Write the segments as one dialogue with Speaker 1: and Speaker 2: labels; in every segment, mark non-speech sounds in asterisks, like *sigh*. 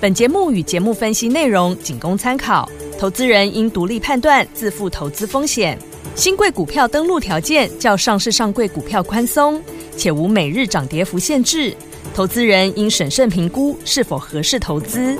Speaker 1: 本节目与节目分析内容仅供参考，投资人应独立判断，自负投资风险。新贵股票登录条件较上市上柜股票宽松，且无每日涨跌幅限制，投资人应审慎评估是否合适投资。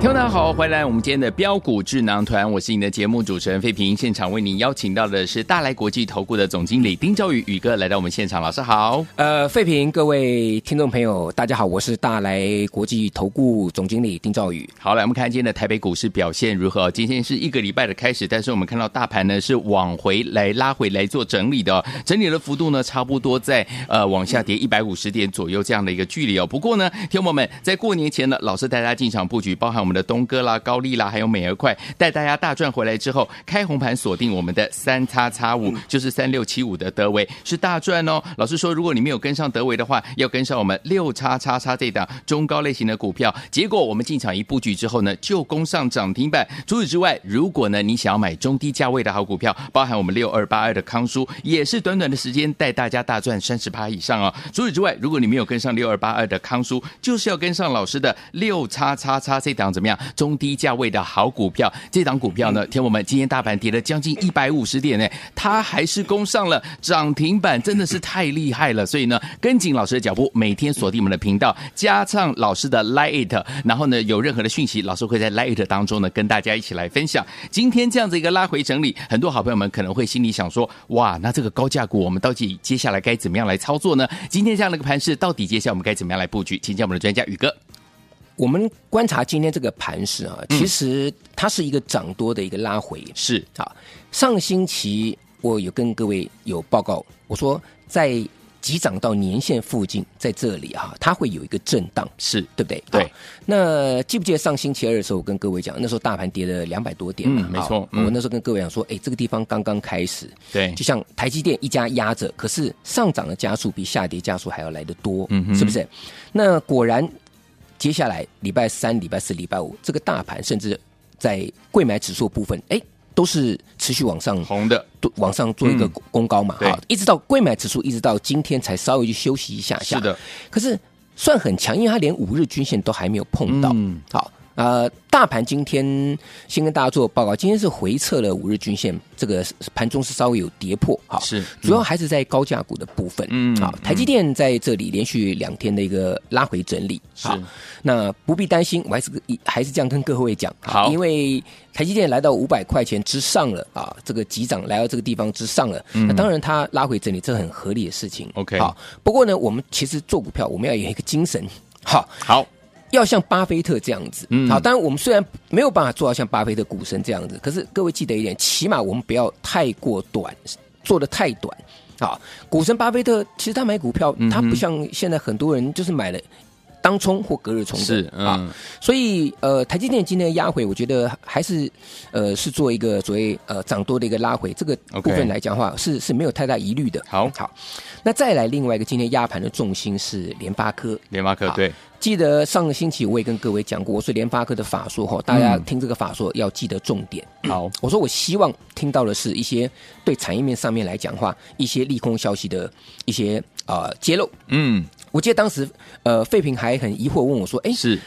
Speaker 2: 听众大家好，欢迎来我们今天的标股智囊团，我是你的节目主持人费平。现场为您邀请到的是大来国际投顾的总经理丁兆宇宇哥来到我们现场，老师好。
Speaker 3: 呃，费平，各位听众朋友，大家好，我是大来国际投顾总经理丁兆宇。
Speaker 2: 好，来我们看今天的台北股市表现如何？今天是一个礼拜的开始，但是我们看到大盘呢是往回来拉回来做整理的哦、整理的幅度呢差不多在呃往下跌一百五十点左右这样的一个距离哦。不过呢，听众朋友们在过年前呢，老师带大家进场布局，包含我们的东哥啦、高丽啦，还有美而快，带大家大赚回来之后，开红盘锁定我们的三叉叉五，就是三六七五的德维是大赚哦。老师说，如果你没有跟上德维的话，要跟上我们六叉叉叉这档中高类型的股票。结果我们进场一布局之后呢，就攻上涨停板。除此之外，如果呢你想要买中低价位的好股票，包含我们六二八二的康舒，也是短短的时间带大家大赚三十趴以上哦。除此之外，如果你没有跟上六二八二的康舒，就是要跟上老师的六叉叉叉这档怎么样中低价位的好股票。这档股票呢，天我们今天大盘跌了将近一百五十点呢，它还是攻上了涨停板，真的是太厉害了。所以呢，跟紧老师的脚步，每天锁定我们的频道，加上老师的 Lite，然后呢，有任何的讯息，老师会在 Lite 当中呢跟大家一起来分享。今天这样子一个拉回整理，很多好朋友们可能会心里想说，哇，那这个高价股我们到底接下来该怎么样来操作呢？今天这样的一个盘势，到底接下来我们该怎么样来布局？请教我们的专家宇哥。
Speaker 3: 我们观察今天这个盘势啊，
Speaker 2: 嗯
Speaker 3: 其实它是一个涨多的一个拉回。
Speaker 2: 是
Speaker 3: 啊，上星期我有跟各位有报告，我说在急涨到年线附近，在这里啊，它会有一个震荡，
Speaker 2: 是，
Speaker 3: 对不对？
Speaker 2: 对
Speaker 3: 好。那记不记得上星期二的时候，我跟各位讲，那时候大盘跌了两百多点嘛，
Speaker 2: 嗯没
Speaker 3: 好
Speaker 2: 错嗯
Speaker 3: 我那时候跟各位讲说，哎，这个地方刚刚开始，
Speaker 2: 对
Speaker 3: 就像台积电一家压着，可是上涨的加速比下跌加速还要来得多，
Speaker 2: 嗯哼
Speaker 3: 是不是？那果然，接下来礼拜三、礼拜四、礼拜五，这个大盘甚至在贵买指数部分，哎，都是持续往上
Speaker 2: 红的，
Speaker 3: 都往上做一个
Speaker 2: 嗯
Speaker 3: 攻高嘛，
Speaker 2: 对
Speaker 3: 哈、一直到贵买指数，一直到今天才稍微去休息一下下。
Speaker 2: 是的，
Speaker 3: 可是算很强，因为它连五日均线都还没有碰到。
Speaker 2: 嗯
Speaker 3: 好，呃，大盘今天先跟大家做报告，今天是回撤了五日均线，这个盘中是稍微有跌破，好，
Speaker 2: 是
Speaker 3: 主要还是在高价股的部分，
Speaker 2: 嗯
Speaker 3: 好，台积电在这里连续两天的一个拉回整理，
Speaker 2: 是
Speaker 3: 好，那不必担心，我还是还是这样跟各位讲，
Speaker 2: 好
Speaker 3: 因为台积电来到五百块钱之上了啊，这个急涨来到这个地方之上了，那当然它拉回整理，这很合理的事情
Speaker 2: 嗯 OK
Speaker 3: 好，不过呢，我们其实做股票，我们要有一个精神，好，
Speaker 2: 好，
Speaker 3: 要像巴菲特这样子，
Speaker 2: 嗯
Speaker 3: 好，当然我们虽然没有办法做到像巴菲特股神这样子，可是各位记得一点，起码我们不要太过短，做的太短。好，股神巴菲特其实他买股票，
Speaker 2: 嗯
Speaker 3: 他不像现在很多人就是买了当冲或隔日冲的
Speaker 2: 是
Speaker 3: 啊，
Speaker 2: 嗯，
Speaker 3: 所以呃，台积电今天压回，我觉得还是呃是做一个所谓呃涨多的一个拉回，这个
Speaker 2: OK
Speaker 3: 部分来讲的话是是没有太大疑虑的。
Speaker 2: 好
Speaker 3: 好，那再来另外一个今天压盘的重心是联发科，
Speaker 2: 联发科
Speaker 3: 好
Speaker 2: 对，
Speaker 3: 记得上个星期我也跟各位讲过，我说联发科的法说哈，大家
Speaker 2: 嗯
Speaker 3: 听这个法说要记得重点。
Speaker 2: 好，
Speaker 3: 我说我希望听到的是一些对产业面上面来讲话，一些利空消息的一些呃揭露。
Speaker 2: 嗯，
Speaker 3: 我记得当时呃费平还很疑惑问我说：“哎，
Speaker 2: 是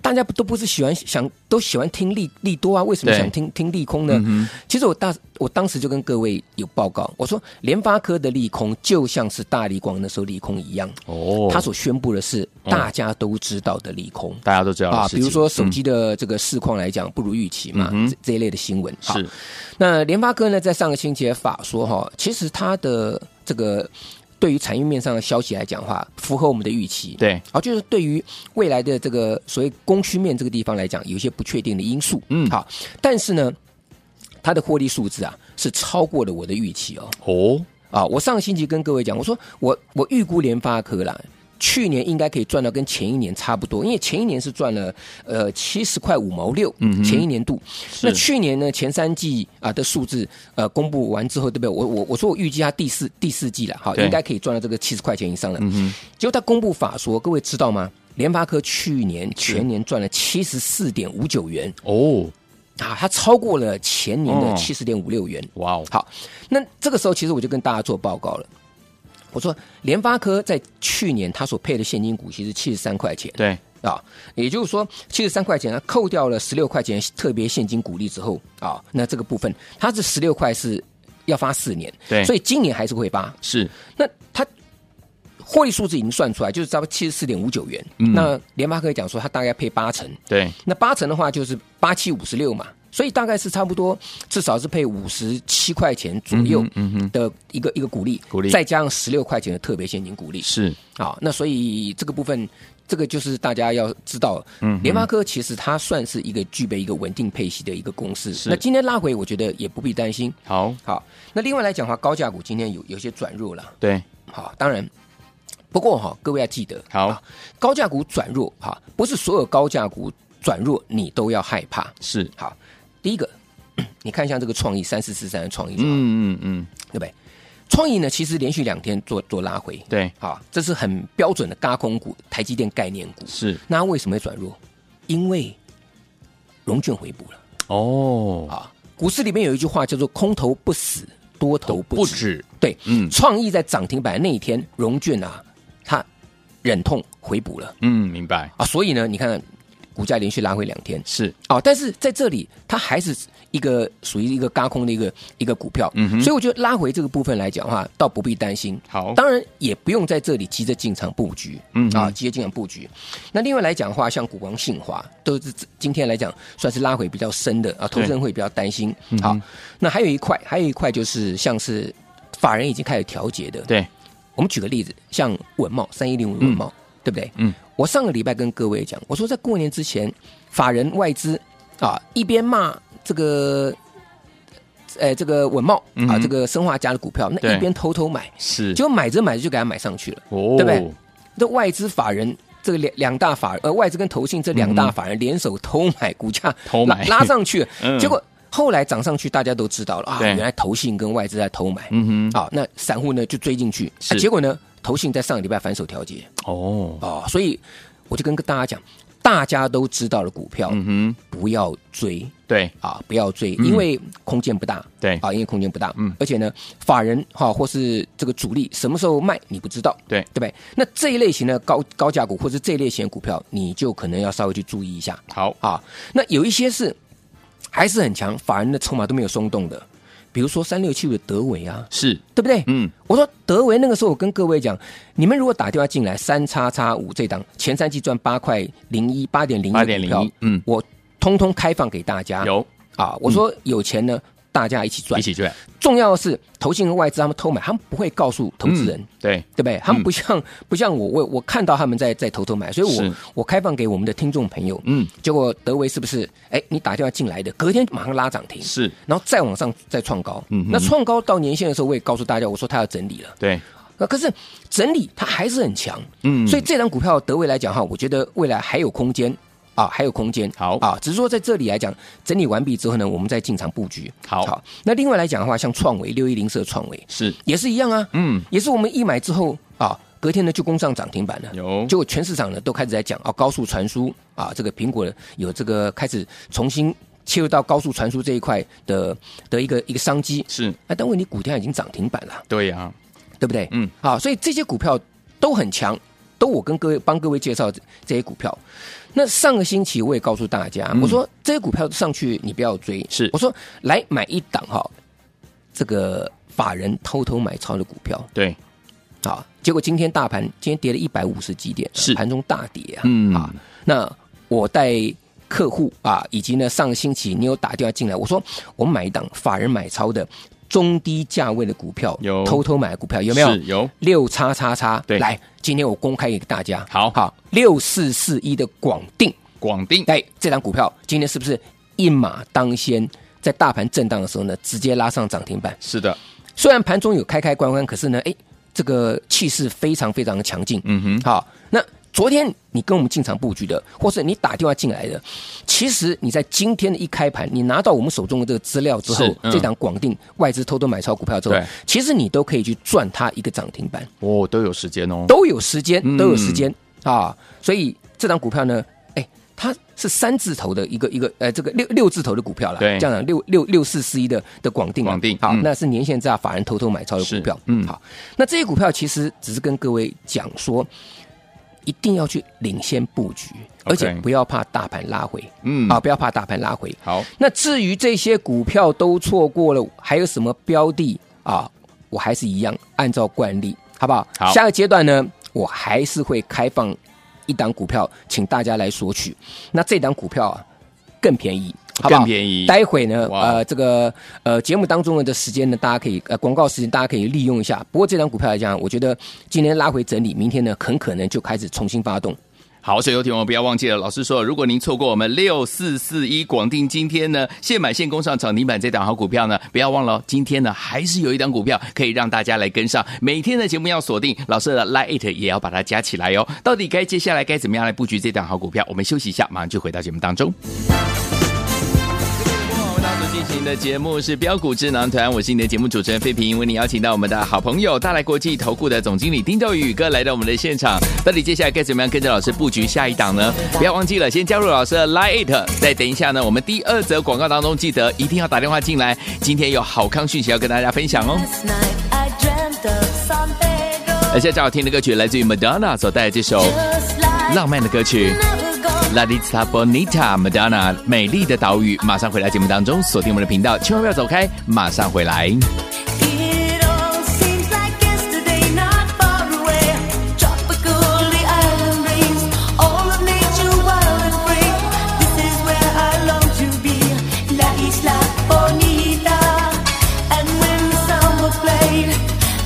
Speaker 3: 大家不都不是喜欢想都喜欢听利利多啊，为什么
Speaker 2: 对
Speaker 3: 想听听利空呢？”
Speaker 2: 嗯
Speaker 3: 其实我大我当时就跟各位有报告，我说联发科的利空就像是大力光那时候利空一样，
Speaker 2: 哦
Speaker 3: 他所宣布的是大家都知道的利空。
Speaker 2: 大家都知道
Speaker 3: 啊
Speaker 2: 的，事
Speaker 3: 比
Speaker 2: 情
Speaker 3: 如说手
Speaker 2: 嗯
Speaker 3: 机的这个市况来讲不如预期嘛，
Speaker 2: 嗯哼
Speaker 3: 这这一类的新闻。好
Speaker 2: 是，
Speaker 3: 那联发科呢，在上个星期的法说哈，其实它的这个对于产业面上的消息来讲的话，符合我们的预期。
Speaker 2: 对，
Speaker 3: 好，就是对于未来的这个所谓供需面这个地方来讲，有一些不确定的因素。
Speaker 2: 嗯
Speaker 3: 好，但是呢，它的获利数字啊是超过了我的预期哦。
Speaker 2: 哦，
Speaker 3: 啊，我上个星期跟各位讲，我说我我预估联发科啦，去年应该可以赚到跟前一年差不多，因为前一年是赚了呃七十块五毛六，嗯，前一年度。那去年呢，前三季啊、的数字呃公布完之后，对不对？我我我说我预计它第四第四季了，好，
Speaker 2: 对
Speaker 3: 应该可以赚到这个七十块钱以上了。嗯结果它公布法说，各位知道吗？联发科去年全年赚了七十四点五九元
Speaker 2: 哦，
Speaker 3: 啊，它超过了前年的
Speaker 2: 哦
Speaker 3: 七十点五六元。
Speaker 2: 哇哦，
Speaker 3: 好，那这个时候其实我就跟大家做报告了。我说，联发科在去年它所配的现金股息是七十三块钱
Speaker 2: 对，
Speaker 3: 啊，也就是说七十三块钱，它扣掉了十六块钱特别现金股利之后啊，那这个部分它是十六块是要发四年，
Speaker 2: 对
Speaker 3: 所以今年还是会发。
Speaker 2: 是，
Speaker 3: 那它获利数字已经算出来，就是差不多七十四点五九元。
Speaker 2: 嗯
Speaker 3: 那联发科讲说它大概配八成，
Speaker 2: 对，
Speaker 3: 那八成的话就是八七五十六嘛，所以大概是差不多，至少是配五十七块钱左右
Speaker 2: 嗯
Speaker 3: 的一个、一个鼓励，
Speaker 2: 股利
Speaker 3: 再加上十六块钱的特别现金鼓励
Speaker 2: 是，
Speaker 3: 啊。那所以这个部分，这个就是大家要知道，
Speaker 2: 嗯
Speaker 3: 联发科其实它算是一个具备一个稳定配息的一个公司。
Speaker 2: 是
Speaker 3: 那今天拉回，我觉得也不必担心。
Speaker 2: 好，
Speaker 3: 好，那另外来讲的话，高价股今天有有些转弱了。
Speaker 2: 对，
Speaker 3: 好，当然，不过哈，各位要记得，
Speaker 2: 好
Speaker 3: 啊高价股转弱哈，不是所有高价股转弱你都要害怕。
Speaker 2: 是，
Speaker 3: 好，第一个， *clears throat* 你看一下这个创意三四四三的创意，嗯，
Speaker 2: 嗯嗯嗯，
Speaker 3: 对不对？创意呢，其实连续两天做做拉回，
Speaker 2: 对，
Speaker 3: 好，这是很标准的嘎空股，台积电概念股。
Speaker 2: 是，
Speaker 3: 那它为什么会转弱？因为融券回补了
Speaker 2: 哦，
Speaker 3: 啊。股市里面有一句话叫做“空头不死，多头不
Speaker 2: 不
Speaker 3: 止”，
Speaker 2: 止，
Speaker 3: 对，
Speaker 2: 嗯
Speaker 3: 创意在涨停板那一天，融券啊，它忍痛回补了
Speaker 2: 嗯，明白，
Speaker 3: 啊，所以呢，你看股价连续拉回两天
Speaker 2: 是，
Speaker 3: 啊，但是在这里它还是一个属于一个嘎空的一个一个股票，
Speaker 2: 嗯哼
Speaker 3: 所以我觉得拉回这个部分来讲的话，倒不必担心。
Speaker 2: 好，
Speaker 3: 当然也不用在这里急着进场布局，
Speaker 2: 嗯哼
Speaker 3: 啊，急着进场布局。那另外来讲的话，像股王信华都是今天来讲算是拉回比较深的啊，投资人会比较担心。
Speaker 2: 嗯
Speaker 3: 好，那还有一块，还有一块就是像是法人已经开始调节的，
Speaker 2: 对，
Speaker 3: 我们举个例子，像文茂三一零五文茂，对不对？
Speaker 2: 嗯，
Speaker 3: 我上个礼拜跟各位讲，我说在过年之前，法人外资啊一边骂这个，呃，这个文茂
Speaker 2: 嗯
Speaker 3: 啊，
Speaker 2: 哼
Speaker 3: 这个生化家的股票，那
Speaker 2: 对
Speaker 3: 一边偷偷买，
Speaker 2: 是，
Speaker 3: 结果买着买着就给他买上去了。
Speaker 2: 哦，
Speaker 3: 对不对？这外资法人。这个两两大法呃外资跟投信这两大法人联手偷买股价，
Speaker 2: 嗯 *laughs* 偷买
Speaker 3: 拉拉上去，
Speaker 2: *laughs* 嗯
Speaker 3: 结果后来涨上去，大家都知道了啊，
Speaker 2: 对
Speaker 3: 原来投信跟外资在偷买，
Speaker 2: 嗯哼，
Speaker 3: 好，那散户呢就追进去，
Speaker 2: 是
Speaker 3: 啊结果呢，投信在上个礼拜反手调节
Speaker 2: 哦，
Speaker 3: 哦，所以我就跟大家讲，大家都知道了股票、
Speaker 2: 嗯哼，
Speaker 3: 不要追
Speaker 2: 对，
Speaker 3: 啊，不要追，
Speaker 2: 嗯
Speaker 3: 因为空间不大，
Speaker 2: 对
Speaker 3: 啊，因为空间不大，
Speaker 2: 嗯
Speaker 3: 嗯，而且呢，法人哈、或是这个主力什么时候卖你不知道，
Speaker 2: 对
Speaker 3: 对不对？那这一类型的高高价股或是这一类型的股票，你就可能要稍微去注意一下，
Speaker 2: 好，
Speaker 3: 啊。那有一些是还是很强，法人的筹码都没有松动的，比如说三六七五的德伟啊，
Speaker 2: 是，
Speaker 3: 对不对？
Speaker 2: 嗯，
Speaker 3: 我说德维那个时候，我跟各位讲，你们如果打电话进来，三叉叉五这档前三季赚八块零一八点零一
Speaker 2: 8.01
Speaker 3: 股票，
Speaker 2: 嗯
Speaker 3: 我通通开放给大家。
Speaker 2: 有
Speaker 3: 啊，我说有钱呢，大家一起
Speaker 2: 嗯
Speaker 3: 赚。
Speaker 2: 一起赚，
Speaker 3: 重要的是，投信和外资他们偷买，他们不会告诉投资人。
Speaker 2: 嗯对，
Speaker 3: 对不对？他们不像、不像我，我我看到他们在在偷偷买，所以
Speaker 2: 是
Speaker 3: 我我开放给我们的听众朋友。
Speaker 2: 嗯，
Speaker 3: 结果德维是不是？哎，你打电话进来的，隔天马上拉涨停，
Speaker 2: 是，
Speaker 3: 然后再往上再创高。
Speaker 2: 嗯哼
Speaker 3: 那创高到年限的时候，我也告诉大家，我说它要整理了。
Speaker 2: 对，
Speaker 3: 那可是整理它还是很强，
Speaker 2: 嗯
Speaker 3: 所以这张股票德维来讲哈，我觉得未来还有空间啊，还有空间。
Speaker 2: 好
Speaker 3: 啊，只是说在这里来讲，整理完毕之后呢，我们再进场布局。
Speaker 2: 好
Speaker 3: 好，那另外来讲的话，像创维六一零四的创维
Speaker 2: 是，
Speaker 3: 也是一样啊，
Speaker 2: 嗯，
Speaker 3: 也是我们一买之后啊，隔天呢就攻上涨停板了。
Speaker 2: 有
Speaker 3: 结果全市场呢都开始在讲啊，高速传输啊，这个苹果有这个开始重新切入到高速传输这一块的的一个一个商机。
Speaker 2: 是，
Speaker 3: 啊，但问题股价已经涨停板了。
Speaker 2: 对呀，
Speaker 3: 对不对？
Speaker 2: 嗯，
Speaker 3: 好，所以这些股票都很强，都我跟各位帮各位介绍这这些股票。那上个星期我也告诉大家，我说这些股票上去你不要追，
Speaker 2: 嗯是
Speaker 3: 我说来买一档哈，这个法人偷偷买超的股票
Speaker 2: 对，
Speaker 3: 啊，结果今天大盘今天跌了一百五十几点，
Speaker 2: 是
Speaker 3: 盘中大跌啊，
Speaker 2: 嗯
Speaker 3: 啊，那我带。客户啊，以及呢，上个星期你有打电话进来，我说我买一档法人买超的中低价位的股票，
Speaker 2: 有
Speaker 3: 偷偷买的股票有没有？
Speaker 2: 是有，
Speaker 3: 六叉叉叉，
Speaker 2: 对
Speaker 3: 来，今天我公开给大家，
Speaker 2: 好
Speaker 3: 好，六四四一的广定，
Speaker 2: 广定，
Speaker 3: 哎，这档股票今天是不是一马当先？在大盘震荡的时候呢，直接拉上涨停板。
Speaker 2: 是的，
Speaker 3: 虽然盘中有开开关关，可是呢，哎，这个气势非常非常的强劲。
Speaker 2: 嗯哼，
Speaker 3: 好，那昨天你跟我们进场布局的，或是你打电话进来的，其实你在今天的一开盘，你拿到我们手中的这个资料之后
Speaker 2: 是，嗯
Speaker 3: 这档广定外资偷偷买超股票之后
Speaker 2: 对，
Speaker 3: 其实你都可以去赚它一个涨停板，
Speaker 2: 哦，都有时间哦，
Speaker 3: 都有时间
Speaker 2: 嗯，
Speaker 3: 都有时间、啊。所以这档股票呢，哎，它是三字头的一个一个呃，这个六六字头的股票啦，
Speaker 2: 对
Speaker 3: 这样讲六六六四四一的的广定啊，
Speaker 2: 广定
Speaker 3: 好，
Speaker 2: 嗯
Speaker 3: 那是年限之下法人偷偷买超的股票
Speaker 2: 是，嗯
Speaker 3: 好，那这些股票其实只是跟各位讲说。一定要去领先布局，
Speaker 2: OK
Speaker 3: 而且不要怕大盘拉回，
Speaker 2: 嗯
Speaker 3: 啊，不要怕大盘拉回。
Speaker 2: 好，
Speaker 3: 那至于这些股票都错过了，还有什么标的啊？我还是一样按照惯例，好不好？
Speaker 2: 好
Speaker 3: 下个阶段呢，我还是会开放一档股票，请大家来索取。那这档股票啊，更便宜。好不好
Speaker 2: 更便宜
Speaker 3: 待会呢，
Speaker 2: 哇
Speaker 3: 呃，这个呃节目当中的时间呢，大家可以呃广告时间大家可以利用一下。不过这档股票来讲，我觉得今天拉回整理，明天呢很可能就开始重新发动。
Speaker 2: 好，所以有听我不要忘记了，老师说，如果您错过我们六四四一广定今天呢现买现攻上涨停板这档好股票呢，不要忘了哦，今天呢还是有一档股票可以让大家来跟上。每天的节目要锁定老师的 Lite It 也要把它加起来哦。到底该接下来该怎么样来布局这档好股票？我们休息一下，马上就回到节目当中。我们大所进行的节目是标股智囊团，我是你的节目主持人费平，为你邀请到我们的好朋友大来国际投顾的总经理丁兆宇宇哥来到我们的现场。到底接下来该怎么样跟着老师布局下一档呢？不要忘记了，先加入老师的 Line It，再等一下呢，我们第二则广告当中记得一定要打电话进来。今天有好康讯息要跟大家分享哦。
Speaker 4: Last night I dreamt of San Pedro
Speaker 2: 而现在要听的歌曲来自于 Madonna 所带来这首
Speaker 4: just like
Speaker 2: 浪漫的歌曲
Speaker 4: never gone.
Speaker 2: La Lista Bonita Madonna 美丽的岛屿。马上回来节目当中，锁定我们的频道，千万不要走开，马上回来。
Speaker 4: It all seems like yesterday, not far away. Tropical, the island breeze, all of nature wild and free. This is where I long to be, La Isla Bonita. And when the samba played,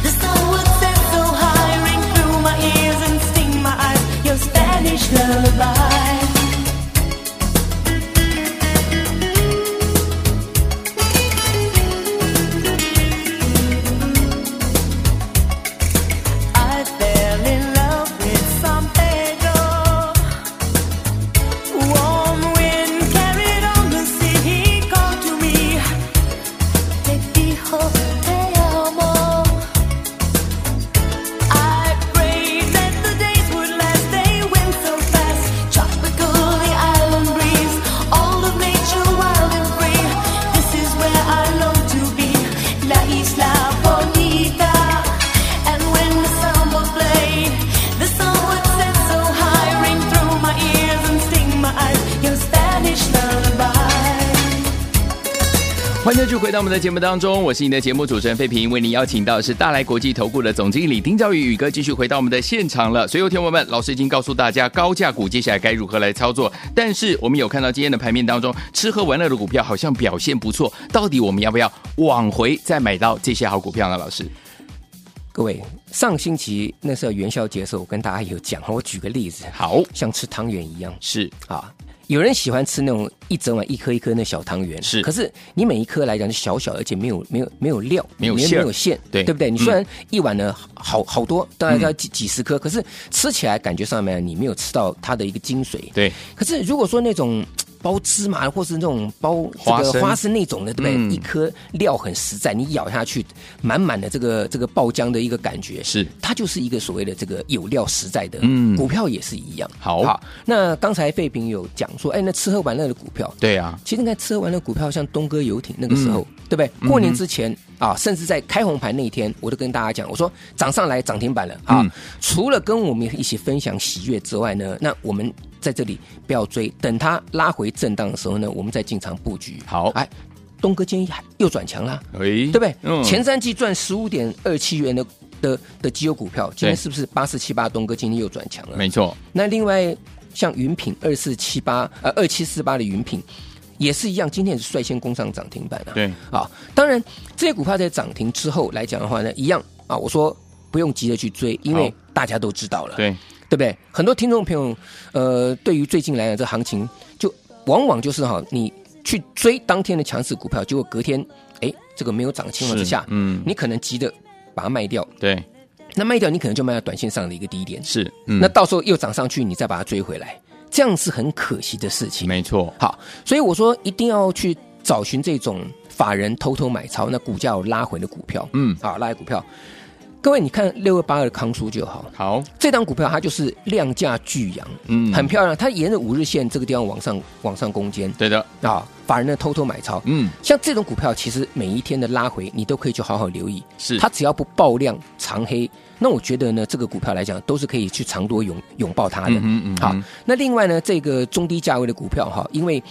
Speaker 4: the sun would set so high, ring through my ears and sting my eyes. Your Spanish lullaby. I fell in love with San Pedro. Warm wind carried on the sea. He called to me. Te dijo te amo. I prayed that the days would last. They went so fast. Tropical, the island breeze, all of nature wild and free. This is where I long to be, La Isla Bonita. And when the samba played, the sun would set so high, ring through my ears and sting my eyes. Your Spanish lullaby.
Speaker 2: 欢迎继续回到我们的节目当中，我是你的节目主持人费平，为您邀请到的是大来国际投顾的总经理丁兆宇宇哥，继续回到我们的现场了。所以，有听友们，老师已经告诉大家高价股接下来该如何来操作，但是我们有看到今天的盘面当中，吃喝玩乐的股票好像表现不错，到底我们要不要往回再买到这些好股票呢？老师，
Speaker 3: 各位，上星期那时候元宵节的时候，我跟大家有讲，我举个例子，
Speaker 2: 好，
Speaker 3: 像吃汤圆一样
Speaker 2: 是
Speaker 3: 啊。有人喜欢吃那种一整碗一颗一颗那小汤圆，
Speaker 2: 是
Speaker 3: 可是你每一颗来讲是小小，而且没有没有没有料，
Speaker 2: 没有
Speaker 3: 里面
Speaker 2: 馅儿
Speaker 3: 没有馅，
Speaker 2: 对
Speaker 3: 对不对？
Speaker 2: 嗯
Speaker 3: 你虽然一碗呢好好多，大概要几几十颗，可是吃起来感觉上面你没有吃到它的一个精髓。
Speaker 2: 对，
Speaker 3: 可是如果说那种嘖包芝麻或是那种包
Speaker 2: 花
Speaker 3: 这
Speaker 2: 生
Speaker 3: 个花生那种的，对不对？
Speaker 2: 嗯
Speaker 3: 一颗料很实在，你咬下去，满满的这个这个爆浆的一个感觉，
Speaker 2: 是
Speaker 3: 它就是一个所谓的这个有料实在的。
Speaker 2: 嗯
Speaker 3: 股票也是一样。
Speaker 2: 好
Speaker 3: 那刚才费平有讲说，哎，那吃喝玩乐的股票，
Speaker 2: 对啊，
Speaker 3: 其实你看吃喝玩乐股票，像东哥游艇那个时候，
Speaker 2: 嗯
Speaker 3: 对不对？过年之前、啊，甚至在开红盘那一天，我都跟大家讲，我说涨上来涨停板了啊、
Speaker 2: 嗯
Speaker 3: 除了跟我们一起分享喜悦之外呢，那我们在这里不要追，等它拉回震荡的时候呢，我们再进场布局。
Speaker 2: 好嗯
Speaker 3: 哎，东哥今天又转强啦，
Speaker 2: 诶，对
Speaker 3: 对不对？前三季赚十五点二七元的的的绩优股票，今天
Speaker 2: 对
Speaker 3: 是不是八四七八？东哥今天又转强了，
Speaker 2: 没错，
Speaker 3: 那另外像云品二四七八呃二七四八的云品也是一样，今天也是率先攻上涨停板啊。
Speaker 2: 对，
Speaker 3: 啊，当然这些股票在涨停之后来讲的话呢，一样啊，我说不用急着去追，因为
Speaker 2: 好
Speaker 3: 大家都知道了，
Speaker 2: 对，
Speaker 3: 对不对？很多听众朋友呃，对于最近来讲这行情，就往往就是哈，你去追当天的强势股票，结果隔天哎这个没有涨的情况之下，
Speaker 2: 嗯，
Speaker 3: 你可能急着把它卖掉，
Speaker 2: 对，
Speaker 3: 那卖掉你可能就卖到短线上的一个低点，
Speaker 2: 是，嗯
Speaker 3: 那到时候又涨上去，你再把它追回来，这样是很可惜的事情。
Speaker 2: 没错，
Speaker 3: 好，所以我说一定要去找寻这种法人偷偷买超，那股价有拉回的股票，
Speaker 2: 嗯，
Speaker 3: 啊，拉回股票。各位，你看六二八二康叔就好，
Speaker 2: 好，
Speaker 3: 这档股票它就是量价巨扬，
Speaker 2: 嗯
Speaker 3: 很漂亮，它沿着五日线这个地方往上往上攻坚
Speaker 2: 对的，
Speaker 3: 啊，法人呢偷偷买超，
Speaker 2: 嗯，
Speaker 3: 像这种股票，其实每一天的拉回，你都可以去好好留意。
Speaker 2: 是
Speaker 3: 它只要不爆量长黑，那我觉得呢，这个股票来讲，都是可以去长多拥拥抱它的。
Speaker 2: 嗯哼嗯哼
Speaker 3: 好，那另外呢，这个中低价位的股票哈，因为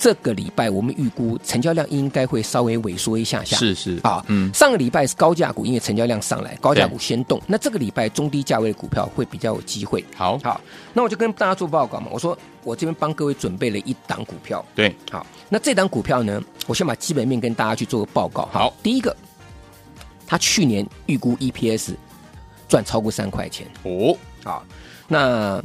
Speaker 3: 这个礼拜我们预估成交量应该会稍微萎缩一下下。
Speaker 2: 是是
Speaker 3: 啊，
Speaker 2: 嗯
Speaker 3: 嗯，上个礼拜是高价股，因为成交量上来，高价
Speaker 2: 对
Speaker 3: 股先动。那这个礼拜中低价位的股票会比较有机会。
Speaker 2: 好，
Speaker 3: 好，那我就跟大家做报告嘛，我说我这边帮各位准备了一档股票，
Speaker 2: 对，
Speaker 3: 好，那这档股票呢，我先把基本面跟大家去做个报告。
Speaker 2: 好，
Speaker 3: 第一个，它去年预估 EPS 赚超过三块钱
Speaker 2: 哦，
Speaker 3: 啊，那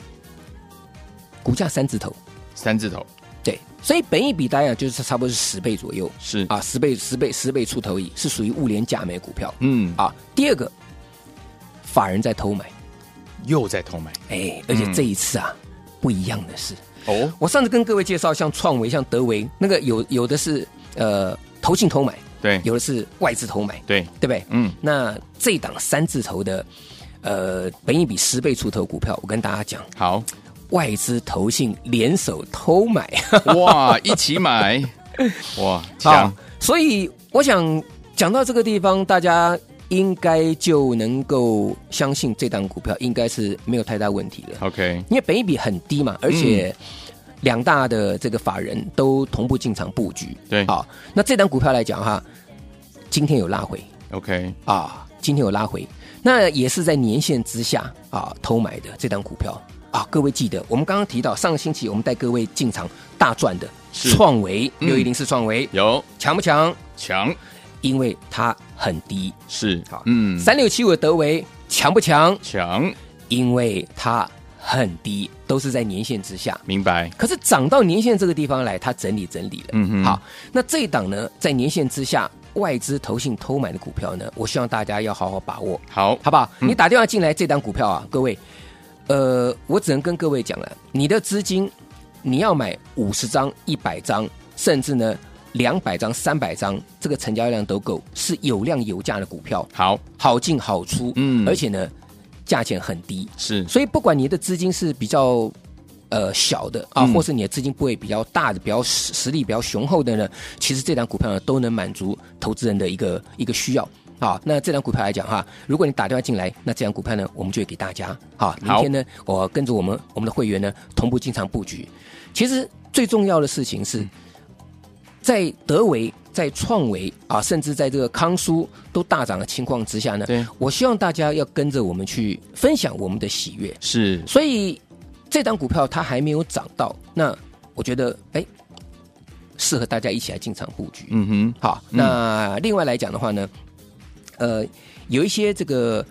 Speaker 3: 股价三字头，
Speaker 2: 三字头
Speaker 3: 对，所以本益比大概就是差不多是十倍左右
Speaker 2: 是，
Speaker 3: 啊，十倍、十倍、十倍出头益，是属于物联价美股票
Speaker 2: 嗯，
Speaker 3: 啊。第二个，法人在偷买，
Speaker 2: 又在偷买，
Speaker 3: 哎，而且这一次啊，不一样的是，
Speaker 2: 哦，
Speaker 3: 我上次跟各位介绍，像创维、像德维，那个有有的是呃投信投买。
Speaker 2: 对，
Speaker 3: 有的是外资投买，
Speaker 2: 对，
Speaker 3: 对不对？
Speaker 2: 嗯
Speaker 3: 那这档三字头的，呃，本益比十倍出头股票，我跟大家讲，
Speaker 2: 好，
Speaker 3: 外资投信联手偷买，
Speaker 2: *laughs* 哇，一起买，哇，强
Speaker 3: 好，， *laughs* 所以我想讲到这个地方，大家应该就能够相信这档股票应该是没有太大问题了，
Speaker 2: ，OK，
Speaker 3: 因为本益比很低嘛，而且。两大的这个法人都同步进场布局，
Speaker 2: 对
Speaker 3: 好，那这档股票来讲哈，今天有拉回，
Speaker 2: OK，
Speaker 3: 啊，今天有拉回，那也是在年限之下啊偷买的这档股票啊。各位记得，我们刚刚提到上个星期我们带各位进场大赚的
Speaker 2: 是
Speaker 3: 创维
Speaker 2: 嗯
Speaker 3: 六一零四创维、
Speaker 2: 有
Speaker 3: 强不强？
Speaker 2: 强
Speaker 3: 因为它很低。
Speaker 2: 是
Speaker 3: 好，
Speaker 2: 嗯，
Speaker 3: 三六七五的德维强不强？
Speaker 2: 强，
Speaker 3: 因为它很低，都是在年限之下。
Speaker 2: 明白，
Speaker 3: 可是涨到年限这个地方来，它整理整理了。
Speaker 2: 嗯哼
Speaker 3: 好，那这一档呢，在年限之下，外资投信偷买的股票呢，我希望大家要好好把握。
Speaker 2: 好，
Speaker 3: 好不好？你打电话进来这档股票啊，各位，呃，我只能跟各位讲了，你的资金你要买五十张、一百张，甚至呢两百张、三百张，这个成交量都够，是有量有价的股票，
Speaker 2: 好，
Speaker 3: 好进好出，
Speaker 2: 嗯
Speaker 3: 而且呢价钱很低，
Speaker 2: 是
Speaker 3: 所以不管你的资金是比较呃小的啊，
Speaker 2: 嗯
Speaker 3: 或是你的资金部位比较大的、比较实实力比较雄厚的呢，其实这档股票呢都能满足投资人的一个一个需要。好，那这档股票来讲哈，如果你打电话进来，那这档股票呢，我们就会给大家。好，明
Speaker 2: 好
Speaker 3: 天呢，我跟着我们我们的会员呢，同步进场布局。其实最重要的事情
Speaker 2: 嗯
Speaker 3: 是，在德维、在创维啊，甚至在这个康舒都大涨的情况之下呢
Speaker 2: 对，
Speaker 3: 我希望大家要跟着我们去分享我们的喜悦。
Speaker 2: 是，
Speaker 3: 所以这档股票它还没有涨到，那我觉得哎，适合大家一起来进场布局。
Speaker 2: 嗯哼，
Speaker 3: 好，那另外来讲的话呢，呃，有一些这个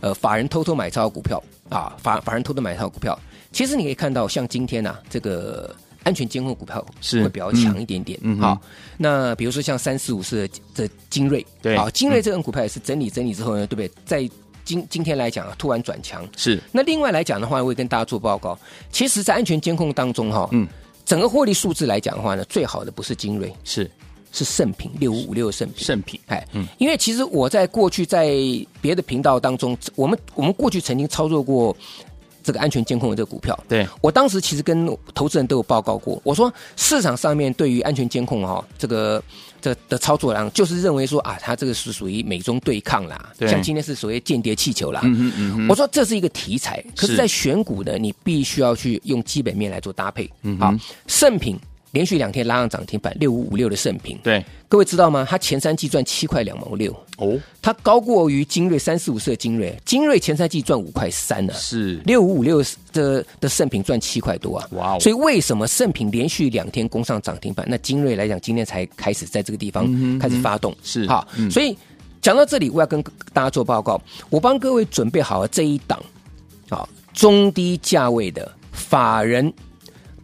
Speaker 3: 呃法人偷偷买超的股票啊，法法人偷偷买超的股票，其实你可以看到，像今天啊，这个安全监控股票
Speaker 2: 是
Speaker 3: 会比较强一点点。
Speaker 2: 嗯嗯哼
Speaker 3: 好，那比如说像三四五四的的精锐，
Speaker 2: 对嗯
Speaker 3: 好，精锐这种股票也是整理整理之后呢，对不对？在今今天来讲啊，突然转强，
Speaker 2: 是
Speaker 3: 那另外来讲的话，我会跟大家做报告。其实，在安全监控当中哈、
Speaker 2: 嗯
Speaker 3: 整个获利数字来讲的话呢，最好的不是精锐，
Speaker 2: 是
Speaker 3: 是盛品六五五六盛品。
Speaker 2: 圣品，
Speaker 3: 哎，
Speaker 2: 嗯
Speaker 3: 因为其实我在过去在别的频道当中，我们我们过去曾经操作过这个安全监控的这个股票。
Speaker 2: 对，
Speaker 3: 我当时其实跟投资人都有报告过，我说市场上面对于安全监控哈、这个这的操作量，就是认为说啊，它这个是属于美中对抗啦，
Speaker 2: 对
Speaker 3: 像今天是所谓间谍气球啦，
Speaker 2: 嗯哼嗯哼，嗯
Speaker 3: 我说这是一个题材，可
Speaker 2: 是
Speaker 3: 是，在选股呢，你必须要去用基本面来做搭配。
Speaker 2: 嗯
Speaker 3: 好
Speaker 2: 哼，
Speaker 3: 盛品连续两天拉上涨停板，六五五六的盛品，
Speaker 2: 对，
Speaker 3: 各位知道吗？它前三季赚七块两毛六，
Speaker 2: 哦，
Speaker 3: 它高过于精锐三四五四的精锐，精锐前三季赚五块三啊呢、
Speaker 2: 是
Speaker 3: 六五五六的的盛品赚七块多啊！
Speaker 2: 哇哦
Speaker 3: 所以为什么盛品连续两天攻上涨停板？那精锐来讲，今天才开始在这个地方
Speaker 2: 嗯
Speaker 3: 开始发动，
Speaker 2: 是
Speaker 3: 好。
Speaker 2: 嗯
Speaker 3: 所以讲到这里，我要跟大家做报告，我帮各位准备好了这一档啊中低价位的法人，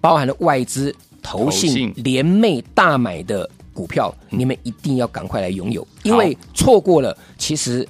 Speaker 3: 包含了外资、投
Speaker 2: 投
Speaker 3: 信
Speaker 2: 信、嗯
Speaker 3: 联袂大买的股票，你们一定要赶快来拥有，因为错过了，其实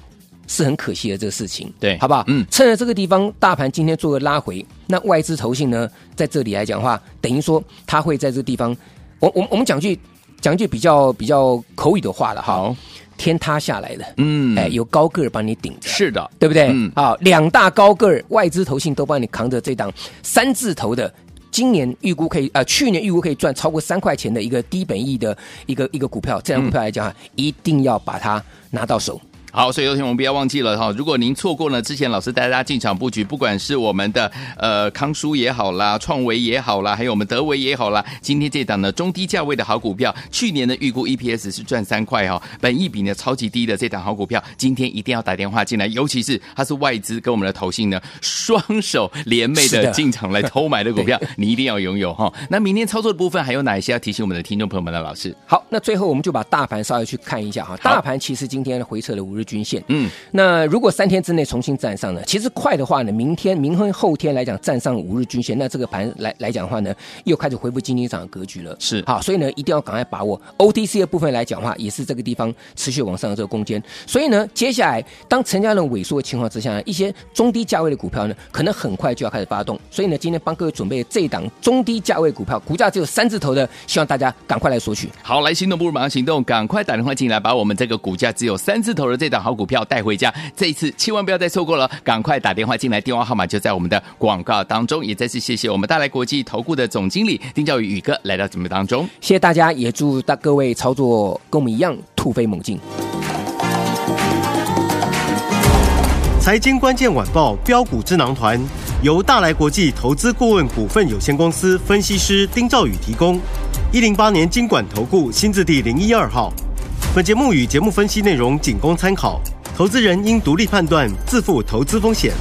Speaker 3: 是很可惜的这个事情，
Speaker 2: 对
Speaker 3: 好不好？
Speaker 2: 嗯
Speaker 3: 嗯，趁着这个地方，大盘今天做个拉回，那外资投信呢，在这里来讲的话，等于说它会在这个地方，我我我们讲句讲句比较比较口语的话了哈，
Speaker 2: 好，
Speaker 3: 天塌下来了，
Speaker 2: 嗯，
Speaker 3: 哎，有高个儿帮你顶着，
Speaker 2: 是的，
Speaker 3: 对不对？
Speaker 2: 嗯
Speaker 3: 啊，两大高个儿外资投信都帮你扛着这档三字头的。今年预估可以，呃，去年预估可以赚超过三块钱的一个低本益的一个一个股票，这张股票来讲啊，一定要把它拿到手。
Speaker 2: 好，所以有请我们不要忘记了哈，如果您错过了之前老师带大家进场布局，不管是我们的呃康舒也好啦，创维也好啦，还有我们德维也好啦，今天这档呢中低价位的好股票，去年的预估 EPS 是赚三块哈，本益比呢超级低的这档好股票，今天一定要打电话进来，尤其是它是外资跟我们的投信呢双手联袂
Speaker 3: 是
Speaker 2: 的
Speaker 3: 的
Speaker 2: 进场来偷买的股 *laughs* 票，你一定要拥有哈。那明天操作的部分还有哪一些要提醒我们的听众朋友们呢？老师，
Speaker 3: 好，那最后我们就把大盘稍微去看一下哈。大盘其实今天回撤了五日均线，
Speaker 2: 嗯，
Speaker 3: 那如果三天之内重新站上呢，其实快的话呢，明天、明后后天来讲站上五日均线，那这个盘来来讲的话呢，又开始恢复今天涨的格局了。
Speaker 2: 是
Speaker 3: 好，所以呢，一定要赶快把握 OTC 的部分来讲的话，也是这个地方持续往上的这个攻坚。所以呢，接下来当成交量萎缩的情况之下呢，一些中低价位的股票呢，可能很快就要开始发动。所以呢，今天帮各位准备这一档中低价位股票，股价只有三字头的，希望大家赶快来索取。
Speaker 2: 好，来行动不如马上行动，赶快打电话进来，把我们这个股价只有三字头的这档好股票带回家。这一次千万不要再错过了，赶快打电话进来，电话号码就在我们的广告当中。也再次谢谢我们大来国际投顾的总经理丁兆宇宇哥来到节目当中。
Speaker 3: 谢谢大家，也祝大各位操作跟我们一样突飞猛进。
Speaker 5: 财经关键晚报标股智囊团由大来国际投资顾问股份有限公司分析师丁兆宇提供。一零八年经管投顾新字第零一二号。本节目与节目分析内容仅供参考，投资人应独立判断，自负投资风险。